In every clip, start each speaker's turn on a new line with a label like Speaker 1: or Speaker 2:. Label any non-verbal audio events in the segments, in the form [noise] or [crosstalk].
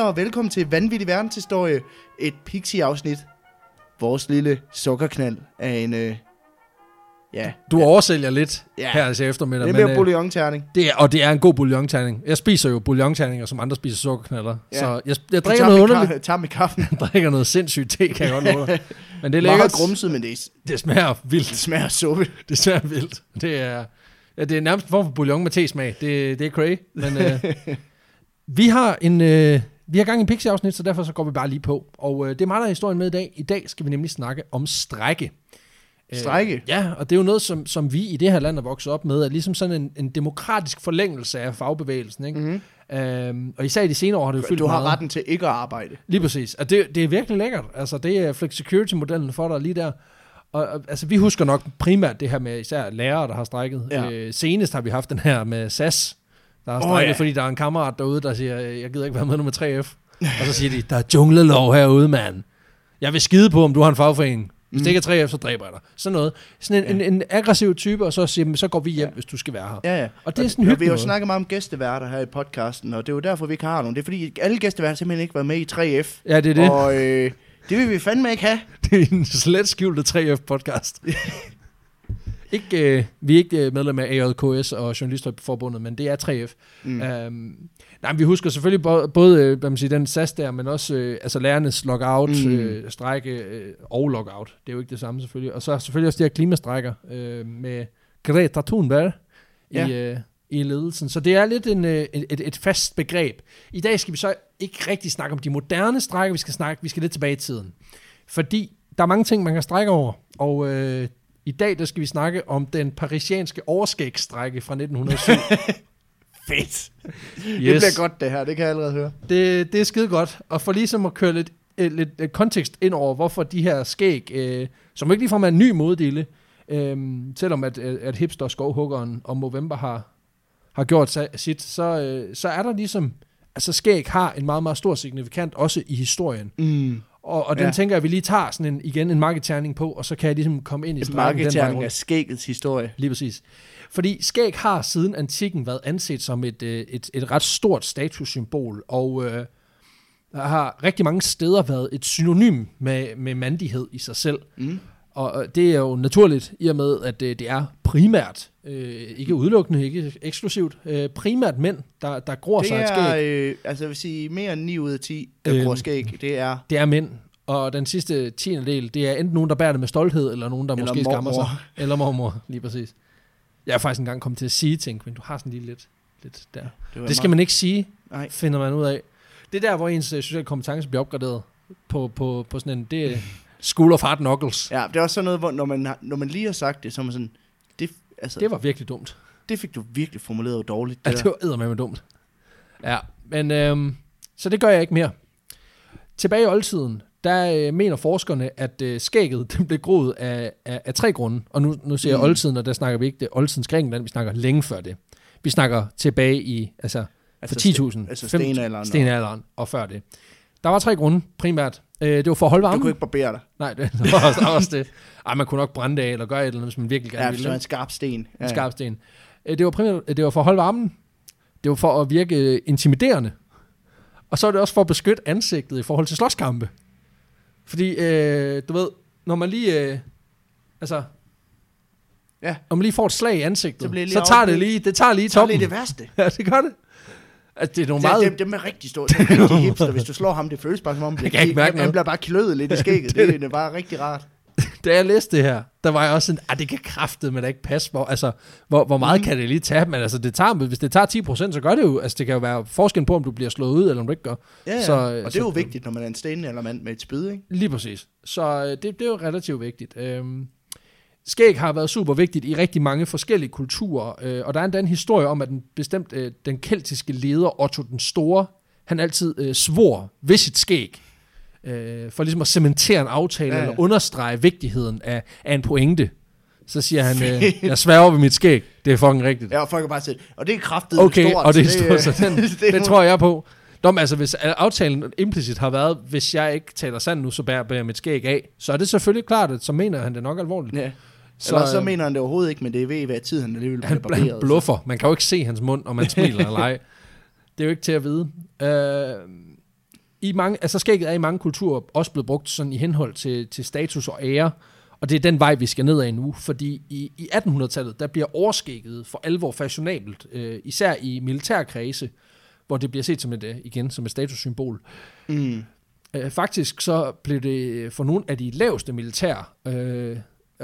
Speaker 1: og velkommen til Vanvittig Verdenshistorie, et pixie-afsnit. Vores lille sukkerknald af en, øh, ja,
Speaker 2: Du oversælger lidt
Speaker 1: Ja.
Speaker 2: ja. her til eftermiddag.
Speaker 1: det
Speaker 2: men,
Speaker 1: bliver
Speaker 2: øh,
Speaker 1: bouillon-terning.
Speaker 2: det er, og det er en god bouillonterning. Jeg spiser jo bouillonterninger, som andre spiser sukkerknaller.
Speaker 1: Ja.
Speaker 2: Ja. Så jeg, jeg
Speaker 1: Du
Speaker 2: drikker
Speaker 1: tager
Speaker 2: noget
Speaker 1: med ka-
Speaker 2: underligt.
Speaker 1: Tager med kaffen.
Speaker 2: [laughs] Jeg drikker noget sindssygt te, kan jeg godt
Speaker 1: [laughs]
Speaker 2: love dig. Men det
Speaker 1: Meget
Speaker 2: er lækkert.
Speaker 1: grumset, men det, er-
Speaker 2: Det smager
Speaker 1: det
Speaker 2: vildt.
Speaker 1: smager af suppe.
Speaker 2: [laughs] Det smager vildt. Det er, ja, det er nærmest en form for bouillon med tesmag. Det, det er cray. Men øh,
Speaker 1: [laughs]
Speaker 2: vi har en... Øh, vi har gang i en pixie-afsnit, så derfor så går vi bare lige på. Og øh, det er meget der er historien med i dag. I dag skal vi nemlig snakke om strække. Øh,
Speaker 1: Strække?
Speaker 2: Ja, og det er jo noget, som, som vi i det her land er vokset op med, er ligesom sådan en, en demokratisk forlængelse af fagbevægelsen. Ikke?
Speaker 1: Mhm.
Speaker 2: Mm. Øhm, og især i de senere år har det jo fyldt
Speaker 1: Du har
Speaker 2: meget.
Speaker 1: retten til ikke at arbejde.
Speaker 2: Lige præcis. Og det, det er virkelig lækkert. Altså, det er flexicurity-modellen for dig lige der. Og, og, altså, vi husker nok primært det her med især lærere, der har strækket.
Speaker 1: Ja.
Speaker 2: Ja. Øh, senest har vi haft den her med SAS, der har
Speaker 1: Åh,
Speaker 2: strækket, oh,
Speaker 1: ja.
Speaker 2: ja. fordi der er en kammerat derude, der siger, øh, jeg gider ikke være med nummer 3F. [laughs] og så siger de, der er junglelov herude, mand. Jeg vil skide på, om du har en fagforening. Hvis det ikke er 3F, så dræber jeg dig. Sådan noget. Sådan en, Mm. ja. en, en aggressiv type, og så siger, "Men så går vi hjem, ja. hvis du skal være her.
Speaker 1: Ja, ja.
Speaker 2: Og det er sådan
Speaker 1: Ja, vi har
Speaker 2: en
Speaker 1: jo
Speaker 2: hyggelig måde.
Speaker 1: snakket meget om gæsteværter her i podcasten, og det er jo derfor, vi ikke har nogen. Det er fordi, alle gæsteværter simpelthen ikke var med i 3F.
Speaker 2: Ja, det er det.
Speaker 1: Og øh, det vil vi fandme ikke have.
Speaker 2: [laughs] Det er en slet skjulte 3F-podcast. [laughs] ikke, øh, vi er ikke øh, medlem af AJKS og Journalisterforbundet, men det er 3F.
Speaker 1: Mm.
Speaker 2: Mm. Øhm, nej, men vi husker selvfølgelig både, både øh, hvad man siger, den SAS der, men også øh, altså lærernes lockout,
Speaker 1: Mm.
Speaker 2: mm. øh, strække øh, og lockout. Det er jo ikke det samme selvfølgelig. Og så selvfølgelig også de her klimastrækker øh, med Greta Thunberg i,
Speaker 1: Ja.
Speaker 2: øh, i ledelsen. Så det er lidt en, øh, et, et- et fast begreb. I dag skal vi så ikke rigtig snakke om de moderne strækker, vi skal snakke, vi skal lidt tilbage i tiden. Fordi der er mange ting, man kan strække over, og øh, i dag der skal vi snakke om den parisianske overskægstrække fra
Speaker 1: [laughs]
Speaker 2: 1907.
Speaker 1: Fedt.
Speaker 2: yes.
Speaker 1: Det bliver godt, det her. Det kan jeg allerede høre.
Speaker 2: Det, det er skide godt, og for ligesom at køre lidt, øh, lidt øh, kontekst ind over, hvorfor de her skæg, øh, som ikke ligefrem er en ny moddele, øh, selvom at, øh, at hipster skovhuggeren og Movember har, har gjort sa- sit, så, øh, så er der ligesom, altså skæg har en meget, meget stor signifikant også i historien.
Speaker 1: Mm.
Speaker 2: Og, og den
Speaker 1: Ja.
Speaker 2: ja. tænker jeg, at vi lige tager sådan en, igen en marketerning på, og så kan jeg ligesom komme ind i stregen den vej
Speaker 1: Marketing af
Speaker 2: rundt.
Speaker 1: skæggets historie.
Speaker 2: Lige præcis. Fordi skæg har siden antikken været anset som et, øh, et, et ret stort statussymbol, og øh, der har rigtig mange steder været et synonym med, med mandighed i sig selv.
Speaker 1: Mm.
Speaker 2: Og og det er jo naturligt, i og med, at øh, det er primært, øh, ikke udelukkende, ikke eksklusivt, øh, primært mænd, der, der gror
Speaker 1: Det
Speaker 2: sig et skæg.
Speaker 1: er, øh, altså jeg vil sige, mere end 9 ud af 10, der
Speaker 2: Øhm.
Speaker 1: bruger skæg. Det er
Speaker 2: Det er mænd. Og den sidste tiende del, det er enten nogen, der bærer det med stolthed, eller nogen, der
Speaker 1: Eller
Speaker 2: eller måske skammer sig.
Speaker 1: mormor.
Speaker 2: Eller mormor, lige præcis. Jeg er faktisk engang kommet til at sige ting, men du har sådan lige lidt, lidt der.
Speaker 1: var
Speaker 2: Det skal man ikke sige,
Speaker 1: Nej.
Speaker 2: Nej. finder man ud af. Det er der, hvor ens øh, sociale kompetence bliver opgraderet på, på, på sådan en, det er school of hard knuckles.
Speaker 1: Ja, det er også sådan noget, hvor når man, har, når man lige har sagt det, så er man sådan, det, altså, det,
Speaker 2: Det var virkelig dumt.
Speaker 1: det fik du virkelig formuleret dårligt.
Speaker 2: Ja,
Speaker 1: Det
Speaker 2: det
Speaker 1: der.
Speaker 2: var eddermame dumt. Ja, men øhm, så det gør jeg ikke mere. Tilbage i oldtiden, der øh, mener forskerne, at øh, skægget [laughs] den blev groet af, af, af tre grunde. Og nu, nu ser jeg
Speaker 1: Mm.
Speaker 2: oldtiden, og der snakker vi ikke det oldtidens Grækenland, vi snakker længe før det. Vi snakker tilbage i, altså for 10.000.
Speaker 1: altså
Speaker 2: fem-
Speaker 1: stenalderen og-
Speaker 2: Stenalderen og før det. Der var tre grunde, primært. Øh, det var for at holde
Speaker 1: Du
Speaker 2: varmen.
Speaker 1: kunne ikke barbere dig.
Speaker 2: Nej, det [laughs] der var også, der var også det. Ej, man kunne nok brænde det af, eller gøre et eller andet, hvis man virkelig gerne
Speaker 1: Ja,
Speaker 2: ville.
Speaker 1: hvis du er en skarp sten. Ja,
Speaker 2: En
Speaker 1: ja.
Speaker 2: skarp sten. Øh, Det var, primært, det var for at holde varmen. Det var for at virke øh, intimiderende. Og så er det også for at beskytte ansigtet i forhold til slåskampe. Fordi, øh, du ved, når man lige... Øh, altså,
Speaker 1: Ja.
Speaker 2: når man lige får et slag i ansigtet,
Speaker 1: Så
Speaker 2: så,
Speaker 1: bliver det lige
Speaker 2: så tager det
Speaker 1: overblik.
Speaker 2: lige, det tager lige
Speaker 1: Så er
Speaker 2: toppen.
Speaker 1: det det værste.
Speaker 2: [laughs] ja, det gør det. Altså, det er nogle
Speaker 1: Det er
Speaker 2: meget...
Speaker 1: dem, dem er rigtig store. Det er
Speaker 2: [laughs]
Speaker 1: rigtig hipster. Hvis du slår ham, det føles bare som om, han
Speaker 2: Jeg
Speaker 1: bliver,
Speaker 2: kan ikke mærke
Speaker 1: han
Speaker 2: noget.
Speaker 1: bliver bare kløet lidt i
Speaker 2: [laughs]
Speaker 1: skægget. det, er- det er bare rigtig rart.
Speaker 2: da jeg læste det her, der var jeg også sådan, at det kan kraftet, men det ikke passe. Hvor, altså, hvor, hvor meget mm. kan det lige tage? Men altså, det tager, hvis det tager 10%, så gør det jo. Altså, det kan jo være forskellen på, om du bliver slået ud, eller om du ikke gør.
Speaker 1: Ja, ja.
Speaker 2: Så,
Speaker 1: Så,
Speaker 2: øh,
Speaker 1: og det
Speaker 2: så-
Speaker 1: er jo vigtigt, når man er en sten eller mand med et spyd, ikke?
Speaker 2: Lige præcis. Så øh, det, det er jo relativt vigtigt. Øhm, skæg har været super vigtigt i rigtig mange forskellige kulturer, øh, og der er endda en historie om, at den bestemt øh, den keltiske leder Otto den Store, han altid øh, svor ved sit skæg, øh, for ligesom at cementere en aftale,
Speaker 1: Ja,
Speaker 2: ja,
Speaker 1: ja.
Speaker 2: ja. eller understrege vigtigheden af, af en pointe. Så siger han, øh, jeg sværger ved mit skæg. Det er fucking rigtigt.
Speaker 1: Ja, og folk er bare sådan, og det er kraftet
Speaker 2: Okay,
Speaker 1: stort.
Speaker 2: og det er
Speaker 1: øh,
Speaker 2: stort, så
Speaker 1: [laughs]
Speaker 2: den,
Speaker 1: det er
Speaker 2: den
Speaker 1: nogle-
Speaker 2: tror jeg på. Nå, men altså, hvis aftalen implicit har været, hvis jeg ikke taler sandt nu, så bærer bærer jeg mit skæg af, så er det selvfølgelig klart, at så mener han det nok alvorligt.
Speaker 1: Ja. Så,
Speaker 2: Så,
Speaker 1: Eller så
Speaker 2: øh,
Speaker 1: mener han det overhovedet ikke, men det er ved hvad tid, han alligevel bliver
Speaker 2: Han,
Speaker 1: barberet.
Speaker 2: han
Speaker 1: så-
Speaker 2: bluffer. Man kan jo ikke se hans mund, om man smiler eller ej. Det er jo ikke til at vide. Øh, i mange, altså skægget er i mange kulturer også blevet brugt sådan i henhold til, til status og ære, og det er den vej, vi skal nedad nu, fordi i, i 1800-tallet, der bliver overskægget for alvor fashionabelt, øh, især i militærkredse, hvor det bliver set som et, øh, igen, som et statussymbol.
Speaker 1: Mm.
Speaker 2: Øh, faktisk så blev det for nogle af de laveste militære øh,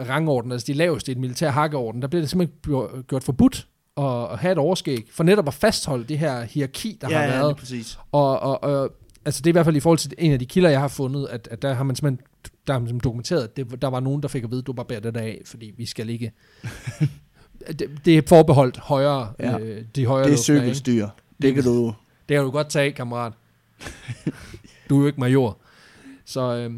Speaker 2: rangorden, altså de laveste i den militære hakkeorden, der blev det simpelthen gjort- gjort forbudt at, at have et overskæg, for netop at fastholde det her hierarki, der
Speaker 1: ja,
Speaker 2: har
Speaker 1: ja,
Speaker 2: været.
Speaker 1: lige præcis.
Speaker 2: Og, og, og altså det er i hvert fald i forhold til en af de kilder, jeg har fundet, at, at der har man simpelthen der har man simpelthen dokumenteret, at det, der var nogen, der fik at vide, du barberer det der af, fordi vi skal
Speaker 1: [laughs]
Speaker 2: ikke... det, det er forbeholdt højere,
Speaker 1: Ja.
Speaker 2: ja. øh, de højere
Speaker 1: Det er
Speaker 2: luftlag, ikke?
Speaker 1: cykelstyr. Det kan du...
Speaker 2: Det kan du godt tage, kammerat. du er jo ikke major. Så øh,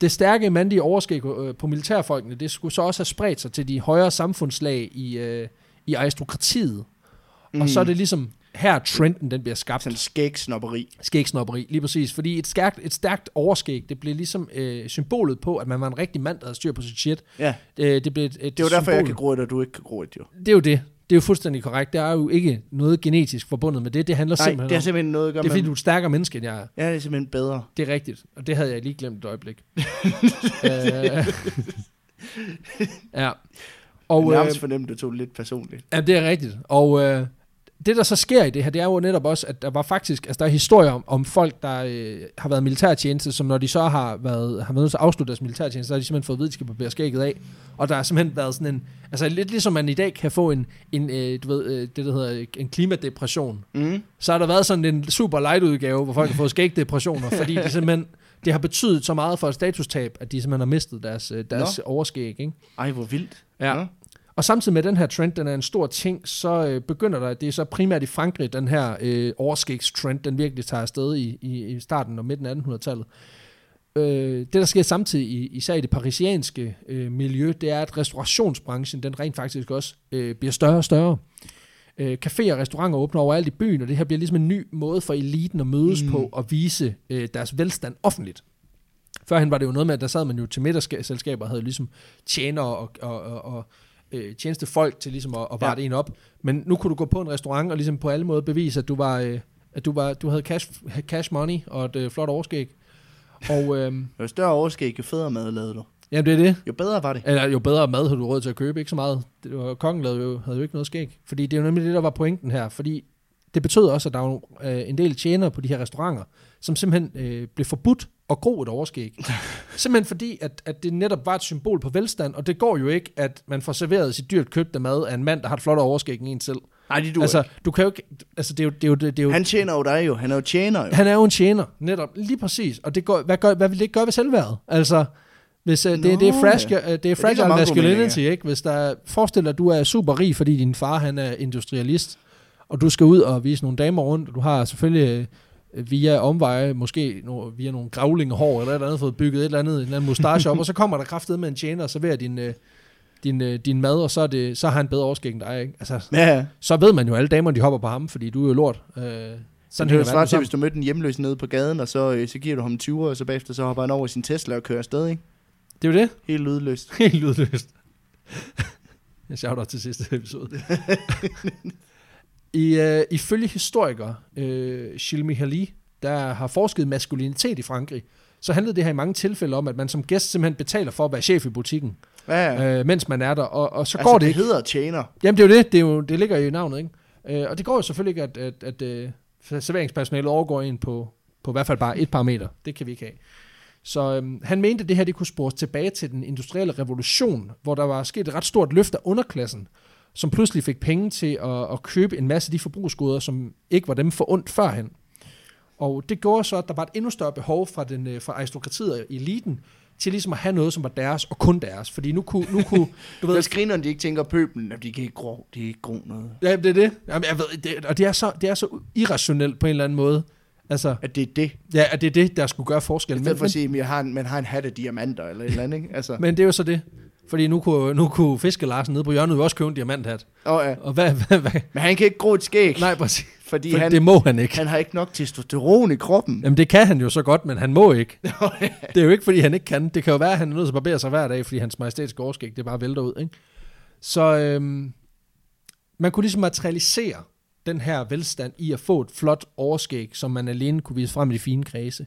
Speaker 2: det stærke mandlige overskæg øh, på militærfolkene, det skulle så også have spredt sig til de højere samfundslag i, øh, i aristokratiet. Mm. Og så er det ligesom her trenden den bliver skabt.
Speaker 1: Sådan skægsnopperi.
Speaker 2: Skægsnopperi, lige præcis. Fordi et stærkt, et stærkt overskæg, det blev ligesom øh, symbolet på, at man var en rigtig mand, der havde styr på sit shit.
Speaker 1: Ja,
Speaker 2: Øh, det blev et, et
Speaker 1: det er jo derfor,
Speaker 2: symbol.
Speaker 1: jeg kan gro et, og du ikke kan gro et, jo.
Speaker 2: Det er jo det. Det er jo fuldstændig korrekt. Der er jo ikke noget genetisk forbundet med det. Det handler
Speaker 1: Nej,
Speaker 2: simpelthen
Speaker 1: det har
Speaker 2: om...
Speaker 1: simpelthen noget at gøre
Speaker 2: Det er fordi,
Speaker 1: med...
Speaker 2: du er et stærkere menneske, end jeg er.
Speaker 1: Ja, det er simpelthen bedre.
Speaker 2: Det er rigtigt, og det havde jeg lige glemt et øjeblik. øh, ja.
Speaker 1: Og,
Speaker 2: Og,
Speaker 1: jeg
Speaker 2: øh,
Speaker 1: nærmest fornemt, det tog det lidt personligt.
Speaker 2: ja, det er rigtigt. Og øh, det, der så sker i det her, det er jo netop også, at der var faktisk, altså der er historier om, om folk, der øh, har været i militærtjeneste, som når de så har været, har været nødt til at afslutte deres militærtjeneste, så har de simpelthen fået at vide, at de skal barbere skægget af. Og der har simpelthen været sådan en, altså lidt ligesom man i dag kan få en, en øh, du ved, øh, det der hedder en klimadepression,
Speaker 1: Mm.
Speaker 2: så har der været sådan en super light udgave, hvor folk har fået skægdepressioner, fordi det simpelthen, det har betydet så meget for et statustab, at de simpelthen har mistet deres, øh, deres overskæg. Ikke?
Speaker 1: Ej, hvor vildt.
Speaker 2: Ja.
Speaker 1: Nå?
Speaker 2: Og samtidig med at den her trend, den er en stor ting, så øh, begynder der, det er så primært i Frankrig, den her øh, overskægstrend, den virkelig tager afsted i, i, i starten og midten af 1800-tallet. Øh, det, der sker samtidig, i, især i det parisianske øh, miljø, det er, at restaurationsbranchen, den rent faktisk også øh, bliver større og større. Øh, caféer og restauranter åbner overalt i byen, og det her bliver ligesom en ny måde for eliten at mødes
Speaker 1: Mm.
Speaker 2: mm. på og vise øh, deres velstand offentligt. Førhen var det jo noget med, at der sad man jo til middagsselskaber og havde ligesom tjener og, og, og, og øh, tjenestefolk til ligesom at, at varte ja. en op. Men nu kunne du gå på en restaurant og ligesom på alle måder bevise, at du var, øh, at du var, du havde cash, cash money og et øh, flot overskæg. Og øh, [laughs]
Speaker 1: Jo større overskæg, jo federe mad lavede du.
Speaker 2: jamen det er det.
Speaker 1: Jo bedre var det.
Speaker 2: Eller jo bedre mad havde du råd til at købe, ikke så meget. Det var, kongen lavede jo, havde jo ikke noget skæg. Fordi det er jo nemlig det, der var pointen her. Fordi det betød også, at der var nogle, øh, en del tjenere på de her restauranter, som simpelthen øh, blev forbudt at gro et overskæg. simpelthen fordi, at, at det netop var et symbol på velstand, og det går jo ikke, at man får serveret sit dyrt købte mad af en mand, der har et flot overskæg end en selv.
Speaker 1: Nej, det du
Speaker 2: altså,
Speaker 1: altså,
Speaker 2: du kan jo ikke... Altså, det er jo... Det er jo, det er jo
Speaker 1: Han tjener jo dig jo. Han er jo tjener
Speaker 2: [laughs]
Speaker 1: jo.
Speaker 2: han er jo en tjener, netop. Lige præcis. Og det går, hvad, gør, hvad vil det ikke gøre ved selvværdet? Altså, hvis, uh, det, det, er
Speaker 1: Nå,
Speaker 2: frash,
Speaker 1: ja.
Speaker 2: uh, det er
Speaker 1: ligesom
Speaker 2: fragile
Speaker 1: mango,
Speaker 2: masculinity,
Speaker 1: mener
Speaker 2: ikke? Hvis der forestiller dig, at du er super rig, fordi din far han er industrialist, og du skal ud og vise nogle damer rundt, og du har selvfølgelig øh, via omveje, måske no, via nogle gravlingehår eller et eller andet, fået bygget et eller andet, en eller anden mustache op, og så kommer der kraftet med en tjener og serverer din, øh, din, øh, din mad, og så, er det, så har han bedre overskæg end dig. Ikke? Altså,
Speaker 1: Ja, ja.
Speaker 2: så ved man jo, alle damerne de hopper på ham, fordi du er jo lort. Øh,
Speaker 1: Så
Speaker 2: sådan
Speaker 1: det er jo
Speaker 2: hænger verden
Speaker 1: svaret til,
Speaker 2: sammen.
Speaker 1: hvis du mødte en hjemløs nede på gaden, og så, øh, så giver du ham 20 og så bagefter så hopper han over i sin Tesla og kører afsted, ikke?
Speaker 2: Det er jo det.
Speaker 1: Helt lydløst.
Speaker 2: [laughs] Helt lydløst. Jeg shouter til sidste
Speaker 1: [laughs]
Speaker 2: episode. I, øh, ifølge historiker øh, Gilles Mihali, der har forsket i maskulinitet i Frankrig, så handlede det her i mange tilfælde om, at man som gæst simpelthen betaler for at være chef i butikken,
Speaker 1: Ja, ja.
Speaker 2: ja. øh, mens man er der, og, og så
Speaker 1: altså,
Speaker 2: går det
Speaker 1: det
Speaker 2: ikke.
Speaker 1: hedder tjener.
Speaker 2: Jamen det er jo det, det, er jo, det ligger jo i navnet, ikke? Øh, og det går jo selvfølgelig ikke, at, at, at øh, serveringspersonalet overgår en på, på i hvert fald bare et par meter. Det kan vi ikke have. Så øhm, han mente, at det her det kunne spores tilbage til den industrielle revolution, hvor der var sket et ret stort løft af underklassen, som pludselig fik penge til at, at købe en masse af de forbrugsgoder, som ikke var dem for ondt førhen. Og det gjorde så, at der var et endnu større behov fra, den, øh, fra aristokratiet og eliten til ligesom at have noget, som var deres og kun deres. Fordi nu kunne, nu kunne du
Speaker 1: Du [laughs]
Speaker 2: ved,
Speaker 1: ved, skrinerne, de ikke tænker pøblen, at de kan ikke gro, de kan ikke gro noget.
Speaker 2: Ja, det er det. Jamen, jeg ved, det og det er, så, det er så irrationelt på en eller anden måde. Altså,
Speaker 1: At det er det.
Speaker 2: ja, at det er det, der skulle gøre
Speaker 1: I
Speaker 2: forskellen. Men,
Speaker 1: stedet for at
Speaker 2: men,
Speaker 1: sige, at jeg har en, man har en hat af diamanter, eller et eller andet,
Speaker 2: [laughs]
Speaker 1: ikke? Altså,
Speaker 2: men det er jo så det. Fordi nu kunne, nu kunne Fiske Larsen nede på hjørnet jo også købe en diamanthat.
Speaker 1: og, ja.
Speaker 2: Og hvad, hvad, hvad?
Speaker 1: Men han kan ikke gro et skæg,
Speaker 2: Nej, præcis.
Speaker 1: fordi
Speaker 2: For
Speaker 1: han,
Speaker 2: det må han ikke.
Speaker 1: han har ikke nok testosteron i kroppen.
Speaker 2: Jamen det kan han jo så godt, men han må ikke. det er jo ikke, fordi han ikke kan. Det kan jo være, at han er nødt til at barbere sig hver dag, fordi hans majestætiske overskæg, det bare vælter ud. Ikke? Så øhm, man kunne ligesom materialisere den her velstand i at få et flot overskæg, som man alene kunne vise frem i de fine kredse.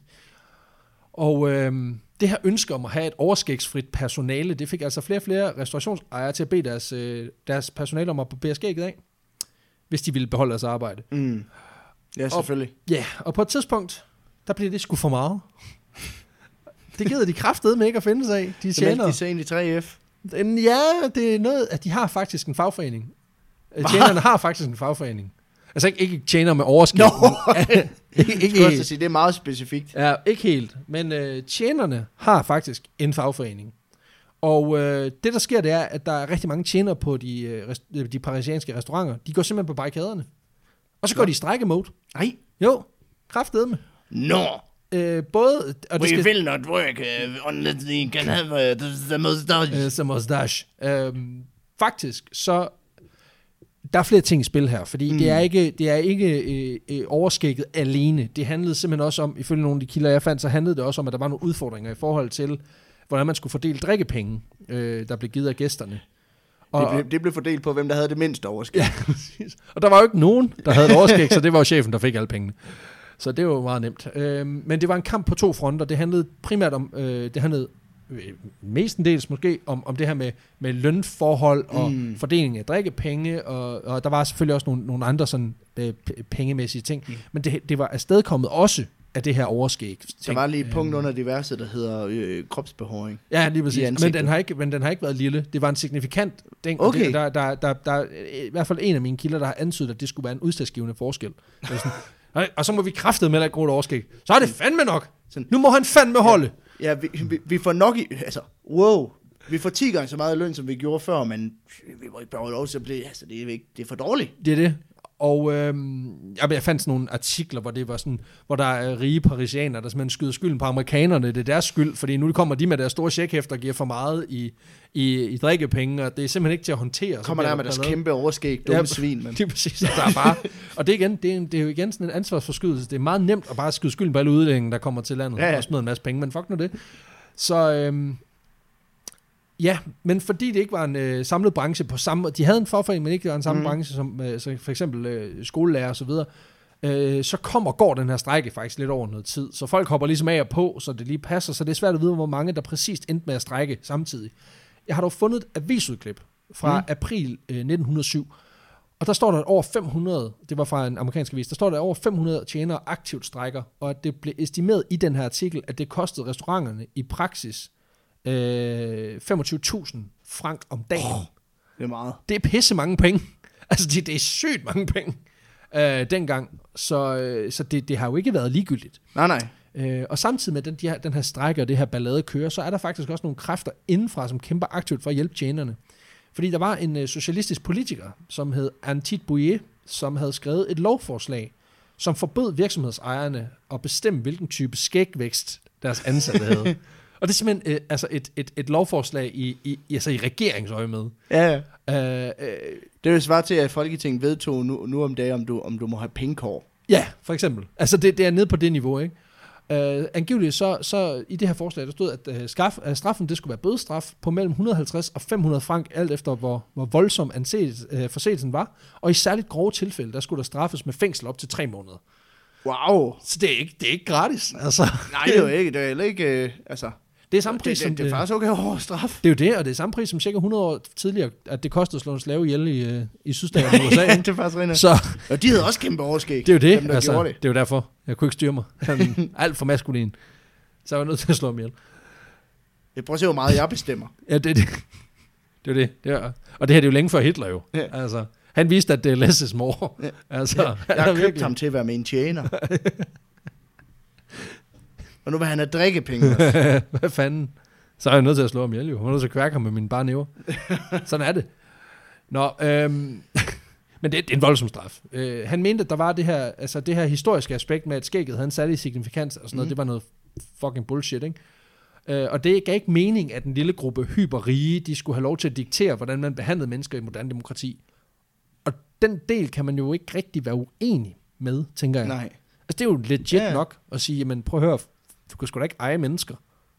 Speaker 2: Og øhm, det her ønske om at have et overskægsfrit personale, det fik altså flere og flere restaurationsejere til at bede deres, øh, deres personale om at barbere skægget af, hvis de ville beholde deres arbejde.
Speaker 1: Mm. Ja, selvfølgelig.
Speaker 2: Ja, yeah, og på et tidspunkt, der bliver det sgu for meget. Det gider de kraftedeme ikke at finde sig af, de
Speaker 1: Så meldte
Speaker 2: tjener.
Speaker 1: de sig ind i 3F.
Speaker 2: Men Ja, det er noget, at de har faktisk en fagforening. Øh, Tjenerne har faktisk en fagforening. Altså ikke, ikke tjener med overskæg.
Speaker 1: Nå, [laughs]
Speaker 2: [laughs] ikke, ikke,
Speaker 1: Skulle jeg også
Speaker 2: helt.
Speaker 1: sige, det er meget specifikt.
Speaker 2: Ja, ikke helt. Men øh, tjenerne har faktisk en fagforening. Og øh, det, der sker, det er, at der er rigtig mange tjenere på de, øh, rest- øh, de parisianske restauranter. De går simpelthen på barrikaderne. Og så går de i strækkemode.
Speaker 1: Nej.
Speaker 2: Jo, kraftedeme.
Speaker 1: Nå.
Speaker 2: Øh, både... Og det skal,
Speaker 1: will not work uh, unless we can have uh, the, the mustache.
Speaker 2: øh, som mustache. Øhm, faktisk, så der er flere ting i spil her, fordi mm. det er ikke, det er ikke øh, øh, overskægget alene. Det handlede simpelthen også om, ifølge nogle af de kilder, jeg fandt, så handlede det også om, at der var nogle udfordringer i forhold til, hvordan man skulle fordele drikkepenge, øh, der blev givet af gæsterne.
Speaker 1: Det, blev, det blev fordelt på, hvem der havde det mindste overskud.
Speaker 2: Ja, præcis. Og der var jo ikke nogen, der havde et overskæg, så det var jo chefen, der fik alle pengene. Så det var jo meget nemt. Øhm, men det var en kamp på to fronter. Det handlede primært om, øh, det handlede øh, mestendels måske, om, om det her med, med lønforhold og mm. fordeling af drikkepenge, og, og der var selvfølgelig også nogle, nogle andre sådan, øh, p- pengemæssige ting. Mm. Men det, det var afstedkommet også af det her overskæg.
Speaker 1: Der var lige et
Speaker 2: øh.
Speaker 1: punkt under diverse, der hedder øh, kropsbehåring.
Speaker 2: Ja, lige
Speaker 1: i
Speaker 2: præcis. Men
Speaker 1: ansigtet.
Speaker 2: den, har ikke, men den har ikke været lille. Det var en signifikant ting. og
Speaker 1: Okay.
Speaker 2: Det, der, der, der, der er i hvert fald en af mine kilder, der har antydet, at det skulle være en udslagsgivende forskel. Det var Sådan, [laughs] "Nej, og så må vi kraftede med at gro et overskæg. Så er det fandme nok.
Speaker 1: Sådan.
Speaker 2: Nu må han fandme holde.
Speaker 1: Ja, vi, vi, vi får nok i... Altså, wow. Vi får 10 gange så meget i løn, som vi gjorde før, men vi må ikke bare holde lov til at blive... Altså, det er, ikke, det er for dårligt.
Speaker 2: Det er det. Og øhm, jamen, jeg fandt sådan nogle artikler, hvor, det var sådan, hvor der er rige parisianere, der simpelthen skyder skylden på amerikanerne. Det er deres skyld, fordi nu kommer de med deres store checkhæfter og giver for meget i, i, i drikkepenge, og det er simpelthen ikke til at håndtere. Så
Speaker 1: Kommer
Speaker 2: bliver
Speaker 1: der med deres
Speaker 2: ballade.
Speaker 1: kæmpe overskæg, dumme svin,
Speaker 2: [laughs]
Speaker 1: men...
Speaker 2: Det er præcis, der er bare... [laughs] og det er, igen, det, er, det er jo igen sådan en ansvarsforskydelse. Det er meget nemt at bare skyde skylden på alle udlændinge, der kommer til landet
Speaker 1: Ja,
Speaker 2: ja,
Speaker 1: ja.
Speaker 2: ja. og smider en masse penge, men fuck nu det. Så øhm, ja, men fordi det ikke var en øh, samlet branche på samme... De havde en fagforening, men ikke det var en samme
Speaker 1: Mm.
Speaker 2: mm. branche som øh, så for eksempel øh, skolelærer og så videre. Øh, så kommer og går den her strække faktisk lidt over noget tid. Så folk hopper ligesom af og på, så det lige passer. Så det er svært at vide, hvor mange der præcist endte med at strække samtidig. Jeg har dog fundet et avisudklip fra
Speaker 1: Mm.
Speaker 2: mm. april øh, 1907, og der står der, at over 500, det var fra en amerikansk avis, der står der, at over 500 tjenere aktivt strækker, og at det blev estimeret i den her artikel, at det kostede restauranterne i praksis øh, 25.000 frank om dagen. Oh.
Speaker 1: Det er meget.
Speaker 2: Det er pisse mange penge. [laughs] Altså, det, det er sygt mange penge øh, dengang. Så, øh, så det, det har jo ikke været ligegyldigt.
Speaker 1: Nej, nej.
Speaker 2: Øh, og samtidig med at den, de her, den her strække og det her ballade kører, så er der faktisk også nogle kræfter indenfra, som kæmper aktivt for at hjælpe tjenerne. Fordi der var en øh, socialistisk politiker, som hed Antit Bouillet, som havde skrevet et lovforslag, som forbød virksomhedsejerne at bestemme, hvilken type skægvækst deres ansatte havde. og det er simpelthen øh, altså et, et, et lovforslag i, i, i- altså i regeringsøje med.
Speaker 1: Ja, ja.
Speaker 2: Øh, øh,
Speaker 1: Det vil svare til, at Folketinget vedtog nu, nu om dagen, om du, om du må have pengekår.
Speaker 2: Ja, for eksempel. Altså, det, det er nede på det niveau, ikke? Uh, angiveligt så, så i det her forslag, der stod, at uh, skaf, uh, straffen det skulle være bødestraf på mellem 150 og 500 frank, alt efter hvor, hvor voldsom anset, uh, forseelsen var. Og i særligt grove tilfælde, der skulle der straffes med fængsel op til tre måneder.
Speaker 1: Wow.
Speaker 2: Så det er ikke, det er ikke gratis, altså.
Speaker 1: Nej, det er jo ikke. Det er heller ikke... Øh, altså,
Speaker 2: Det er samme
Speaker 1: det,
Speaker 2: pris
Speaker 1: det,
Speaker 2: som...
Speaker 1: det, er faktisk okay hård straf.
Speaker 2: det er jo det, og det er samme pris som cirka 100 år tidligere, at det kostede at slå en slave ihjel i, øh, i Sydstaterne og USA.
Speaker 1: ja,
Speaker 2: ikke?
Speaker 1: [laughs] det er faktisk rent.
Speaker 2: Så
Speaker 1: Og de havde også kæmpe overskæg.
Speaker 2: Det er jo det.
Speaker 1: Dem, der
Speaker 2: altså,
Speaker 1: gjorde det.
Speaker 2: det. er jo derfor. Jeg kunne ikke styre mig. Han, alt for maskulin. Så jeg var nødt til at slå ham ihjel.
Speaker 1: Jeg prøver at se, hvor meget jeg bestemmer.
Speaker 2: Ja, det er det. Det er det. det er, og det her det er jo længe før Hitler jo.
Speaker 1: Ja.
Speaker 2: Ja. Altså, han viste, at det er Lesses mor.
Speaker 1: Ja.
Speaker 2: Ja. Altså, ja.
Speaker 1: Jeg har købt ham til at være min tjener. [laughs] og nu vil han have
Speaker 2: [laughs]
Speaker 1: drikkepenge. også.
Speaker 2: Hvad fanden? Så er jeg nødt til at slå ham ihjel jo. Jeg er nødt til at kværke ham med mine bare næver. Sådan er det. Nå, øhm, [laughs] men det, det er en voldsom straf. Øh, han mente, at der var det her, altså det her historiske aspekt med, at skægget havde en særlig signifikans og sådan
Speaker 1: Mm.
Speaker 2: noget. Mm. Det var noget fucking bullshit, ikke? Øh, og det gav ikke mening, at en lille gruppe hyperrige, de skulle have lov til at diktere, hvordan man behandlede mennesker i et moderne demokrati. Og den del kan man jo ikke rigtig være uenig med, tænker jeg.
Speaker 1: Nej.
Speaker 2: Altså, det er jo legit
Speaker 1: Ja, ja.
Speaker 2: ja. nok at sige, jamen prøv at høre, du kan sgu da ikke eje mennesker.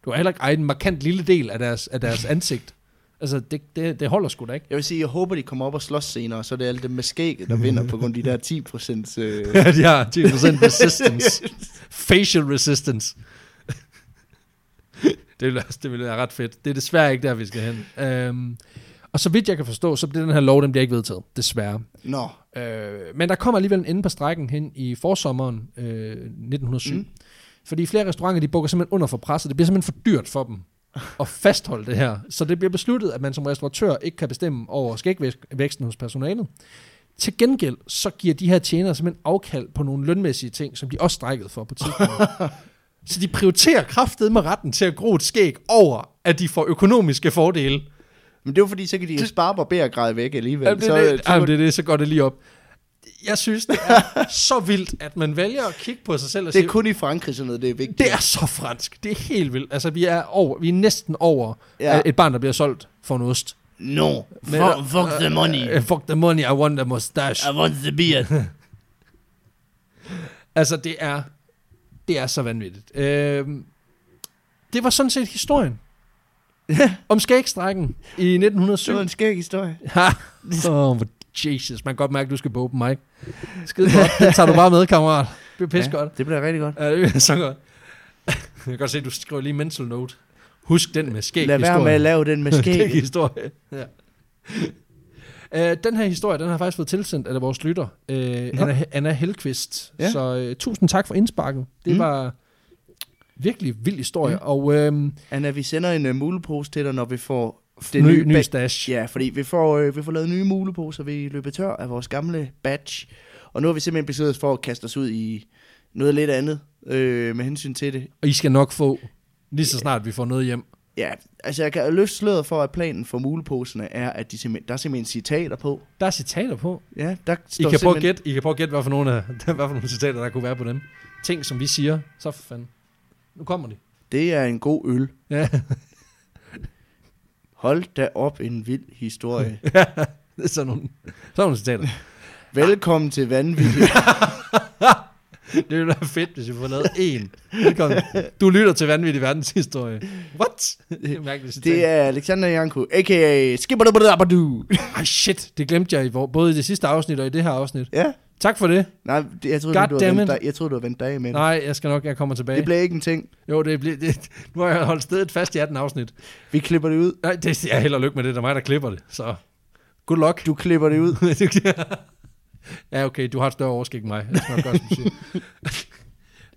Speaker 2: Du kan heller ikke eje en markant lille del af deres, af deres ansigt. Altså, det, det, det holder sgu da [laughs] ikke.
Speaker 1: Jeg vil sige, jeg håber, de kommer op og slås senere, så det er alle dem med skægget, der vinder på grund af de der 10 procent...
Speaker 2: [laughs]
Speaker 1: Øh...
Speaker 2: de har [laughs] 10% resistance. Facial resistance. [laughs] det, ville, også- det ville være ret fedt. Det er desværre ikke der, vi skal hen. Øhm, og så vidt jeg kan forstå, så bliver den her lov, den bliver ikke vedtaget. Desværre.
Speaker 1: Nå,
Speaker 2: Øh, men der kommer alligevel en ende på strækken hen i forsommeren øh, 1907. Mm. Fordi flere restauranter, de bukker simpelthen under for presset. Det bliver simpelthen for dyrt for dem at fastholde det her. Så det bliver besluttet, at man som restauratør ikke kan bestemme over skægvæksten hos personalet. Til gengæld, så giver de her tjenere simpelthen afkald på nogle lønmæssige ting, som de også strækkede for på tidspunktet. så de prioriterer kraftet med retten til at gro et skæg over, at de får økonomiske fordele.
Speaker 1: men det var fordi, så kan de jo spare barbergræd væk alligevel.
Speaker 2: Jamen, det,
Speaker 1: så, øh,
Speaker 2: er det,
Speaker 1: så,
Speaker 2: jamen, det er det, så går det lige op. Jeg synes, det
Speaker 1: [laughs]
Speaker 2: er så vildt, at man vælger at kigge på sig selv
Speaker 1: det
Speaker 2: og sige,
Speaker 1: er kun i Frankrig sådan noget, det er vigtigt.
Speaker 2: det er så fransk. Det er helt vildt. Altså, vi er, over, vi er næsten over
Speaker 1: Ja.
Speaker 2: ja. et barn, der bliver solgt for en ost.
Speaker 1: No,
Speaker 2: Men-
Speaker 1: fuck, fuck the money.
Speaker 2: Uh, fuck the money, I want the mustache.
Speaker 1: I want the beard.
Speaker 2: Altså, det er, det er så vanvittigt. Øhm, det var sådan set historien. Om skægstrækken i 1907.
Speaker 1: det var en skæg historie.
Speaker 2: Ha! Oh, Jesus, man kan godt mærke, at du skal på open mic. Skide godt. Det tager du bare med, kammerat. Det bliver pisse ja. godt.
Speaker 1: Det bliver rigtig godt.
Speaker 2: Ja, det bliver så godt. [laughs] Jeg kan godt se, at du skriver lige mental note. Husk den med skæg
Speaker 1: Lad være med at lave
Speaker 2: [laughs]
Speaker 1: den med
Speaker 2: skæg
Speaker 1: skæg.
Speaker 2: historie. Ja. [laughs] Øh, den her historie, den har faktisk fået tilsendt af vores lytter, øh,
Speaker 1: Nå.
Speaker 2: Anna, Anna Helqvist.
Speaker 1: Ja.
Speaker 2: Ja. Så øh, tusind tak for indsparket.
Speaker 1: Mm.
Speaker 2: Det mm. var virkelig vild historie.
Speaker 1: Ja.
Speaker 2: Ja. Og øh, ny,
Speaker 1: Anna, vi sender en uh, mulepose til dig, når vi får... Det
Speaker 2: ny,
Speaker 1: nye
Speaker 2: ny
Speaker 1: bag-
Speaker 2: stash.
Speaker 1: Ja, fordi vi får, øh, vi får lavet nye muleposer, vi løber tør af vores gamle batch. Og nu har vi simpelthen besluttet os for at kaste os ud i noget lidt andet øh, med hensyn til det.
Speaker 2: Og I skal nok få, lige så snart vi får noget hjem.
Speaker 1: Ja, altså jeg kan løfte sløret for, at planen for muleposerne er, at de simpelthen, der er simpelthen citater på.
Speaker 2: Der er citater på.
Speaker 1: Ja, der
Speaker 2: I
Speaker 1: står
Speaker 2: kan, prøve at
Speaker 1: simpelthen-
Speaker 2: gætte, I kan prøve at gætte, hvad for nogle, af, [laughs] hvad for nogle citater, der kunne være på dem. Ting, som vi siger. Så for fanden. Nu kommer de.
Speaker 1: Det er en god øl.
Speaker 2: Ja.
Speaker 1: [laughs] Hold da op en vild historie.
Speaker 2: Det er sådan nogle, sådan nogle citater.
Speaker 1: Velkommen til vanvittigt.
Speaker 2: Det ville være fedt, hvis vi får lavet en. Velkommen. Du lytter til vanvittig verdenshistorie. What? Det er mærkeligt citat.
Speaker 1: Det er Alexander Janko, a.k.a. Skibberdabberdabberdu.
Speaker 2: Ej, shit. Det glemte jeg i vor, både i det sidste afsnit og i det her afsnit.
Speaker 1: Ja,
Speaker 2: Tak for det.
Speaker 1: nej, det, jeg troede,
Speaker 2: God
Speaker 1: du havde vendt
Speaker 2: damn it.
Speaker 1: dig, jeg troede, du havde vendt dig med det.
Speaker 2: Nej, jeg skal nok, jeg kommer tilbage.
Speaker 1: Det bliver ikke en ting.
Speaker 2: Jo, det bliver... Det, nu har jeg holdt stedet fast i 18 afsnit.
Speaker 1: Vi klipper det ud.
Speaker 2: Nej, det jeg er held og lykke med det. Det er mig, der klipper det. Så good luck.
Speaker 1: Du klipper det ud.
Speaker 2: [laughs] ja, okay, du har et større overskæg end mig. Jeg skal nok gøre, som
Speaker 1: [laughs]
Speaker 2: du siger.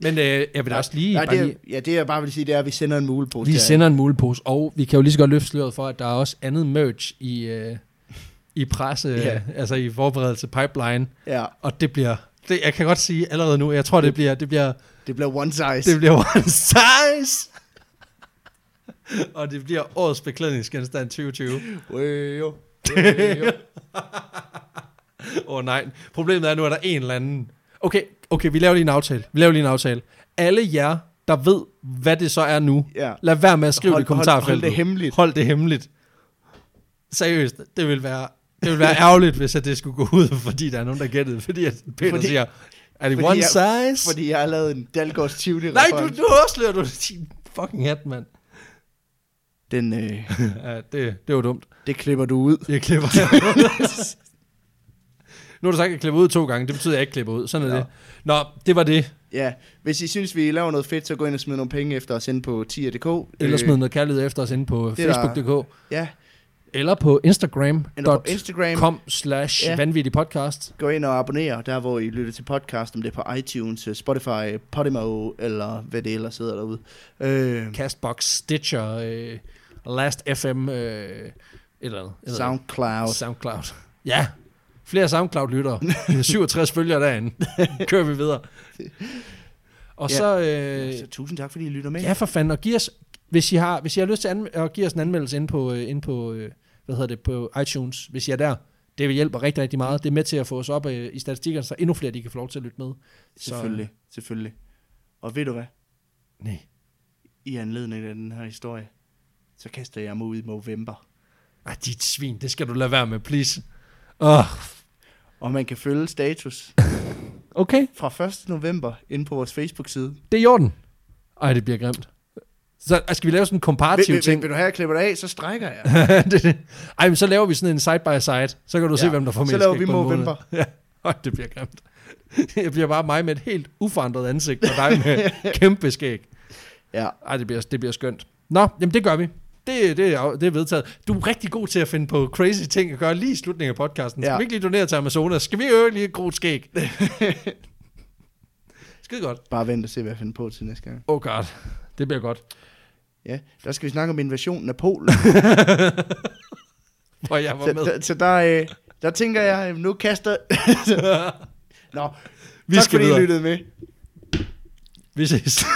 Speaker 2: Men øh, jeg vil da også lige...
Speaker 1: Nej,
Speaker 2: bare
Speaker 1: det,
Speaker 2: lige
Speaker 1: er- ja, det jeg bare vil sige, det er, at vi sender en mulepose.
Speaker 2: vi
Speaker 1: til jer.
Speaker 2: sender en mulepose, og vi kan jo lige så godt løfte sløret for, at der er også andet merch i, øh, i presse,
Speaker 1: Ja.
Speaker 2: ja. altså i forberedelse pipeline,
Speaker 1: Ja,
Speaker 2: og det bliver... Det, jeg kan godt sige allerede nu, jeg tror, det bliver, det bliver,
Speaker 1: det bliver one size.
Speaker 2: det bliver one size. [laughs] og det bliver årets beklædningsgenstand
Speaker 1: [laughs]
Speaker 2: 2020.
Speaker 1: Øh,
Speaker 2: [laughs]
Speaker 1: jo.
Speaker 2: Åh oh, nej, problemet er nu, at der er en eller anden... Okay, okay, vi laver lige en aftale. Vi laver lige en aftale. Alle jer, der ved, hvad det så er nu,
Speaker 1: Ja.
Speaker 2: lad være med at skrive
Speaker 1: Hold-
Speaker 2: det i kommentarfeltet.
Speaker 1: hold- hold det hemmeligt.
Speaker 2: Hold det hemmeligt. Seriøst, det vil være, det vil være ærgerligt, hvis at det skulle gå ud, fordi der er nogen, der gættede. Fordi at Peter
Speaker 1: Fordi-
Speaker 2: fordi, siger, er det
Speaker 1: fordi
Speaker 2: one
Speaker 1: jeg-
Speaker 2: size? Fordi,
Speaker 1: Fordi jeg har lavet en Dalgårds Tivoli
Speaker 2: nej, du, du afslører du din fucking hat, mand.
Speaker 1: Den, øh,
Speaker 2: Ja, det, det var dumt.
Speaker 1: det klipper du ud.
Speaker 2: Jeg klipper jeg. [laughs] Nu har du sagt, at jeg klipper ud to gange. Det betyder, at jeg ikke klipper ud. Sådan er
Speaker 1: Nå.
Speaker 2: det. Nå, det var det.
Speaker 1: Ja, hvis I synes, vi laver noget fedt, så gå ind og smid nogle penge efter os ind på 10.dk.
Speaker 2: Eller smid noget kærlighed efter os inde på
Speaker 1: det er der-
Speaker 2: facebook.dk.
Speaker 1: Øh, Ja,
Speaker 2: Eller på
Speaker 1: eller på
Speaker 2: instagram.com
Speaker 1: Instagram.
Speaker 2: slash
Speaker 1: Ja.
Speaker 2: vanvittig podcast.
Speaker 1: Gå ind og abonner, der hvor I lytter til podcast, om det er på iTunes, øh, Spotify, Podimo, eller hvad det ellers hedder derude. Øh,
Speaker 2: Mm. Castbox, Stitcher, øh, Last FM, øh, et eller andet. Et
Speaker 1: SoundCloud.
Speaker 2: Eller andet. Soundcloud. Ja, flere
Speaker 1: [laughs]
Speaker 2: Soundcloud-lyttere. 67 følgere derinde. Kører vi videre. Og
Speaker 1: Ja.
Speaker 2: så...
Speaker 1: Så
Speaker 2: Øh,
Speaker 1: Altså, tusind tak, fordi I lytter med.
Speaker 2: ja, for fanden. Og giv os, hvis, I har, hvis I har lyst til anme- at give os en anmeldelse ind på, øh, ind på øh, hvad hedder det, på iTunes, hvis I er der. Det hjælper rigtig, rigtig meget. Det er med til at få os op øh, i statistikkerne, så endnu flere de kan få lov til at lytte med. Så,
Speaker 1: Selvfølgelig, selvfølgelig. Og ved du hvad?
Speaker 2: Nej.
Speaker 1: I anledning af den her historie, så kaster jeg mig ud i Movember.
Speaker 2: Ej, dit svin, det skal du lade være med, please. Oh,
Speaker 1: Og man kan følge status
Speaker 2: okay,
Speaker 1: fra 1. november inde på vores Facebook-side.
Speaker 2: det er i orden. Ej, det bliver grimt. Så altså, skal vi lave sådan en komparativ
Speaker 1: Vil, vil, vil,
Speaker 2: ting?
Speaker 1: vil du have, at jeg klipper dig af, så strækker
Speaker 2: [laughs]
Speaker 1: jeg.
Speaker 2: det, er det. Ej, men så laver vi sådan en side-by-side. Så kan du ja. se,
Speaker 1: Ja.
Speaker 2: hvem der får mest
Speaker 1: Så laver
Speaker 2: skæg
Speaker 1: vi
Speaker 2: på en måned.
Speaker 1: Movember.
Speaker 2: [laughs] Ja, Øj, det bliver grimt. [laughs] Jeg bliver bare mig med et helt uforandret ansigt, og dig med
Speaker 1: [laughs]
Speaker 2: kæmpe skæg.
Speaker 1: Ja.
Speaker 2: Ej, det bliver, det bliver skønt. Nå, jamen det gør vi. Det, det, er, det er vedtaget. Du er rigtig god til at finde på crazy ting at gøre lige i slutningen af podcasten. Skal
Speaker 1: Ja.
Speaker 2: vi ikke lige donere til Amazonas? Skal vi øve lige et
Speaker 1: [laughs]
Speaker 2: grovt skæg? Skide godt.
Speaker 1: Bare vent og se, hvad jeg finder på til næste gang.
Speaker 2: Oh god, det bliver godt.
Speaker 1: Ja, der skal vi snakke om invasionen af
Speaker 2: [laughs]
Speaker 1: Polen.
Speaker 2: Hvor jeg var
Speaker 1: så,
Speaker 2: med.
Speaker 1: der, så der, øh, der tænker jeg, øh, nu kaster...
Speaker 2: [laughs]
Speaker 1: Nå,
Speaker 2: Vi
Speaker 1: tak
Speaker 2: skal
Speaker 1: fordi I
Speaker 2: videre.
Speaker 1: lyttede med.
Speaker 2: Vi ses.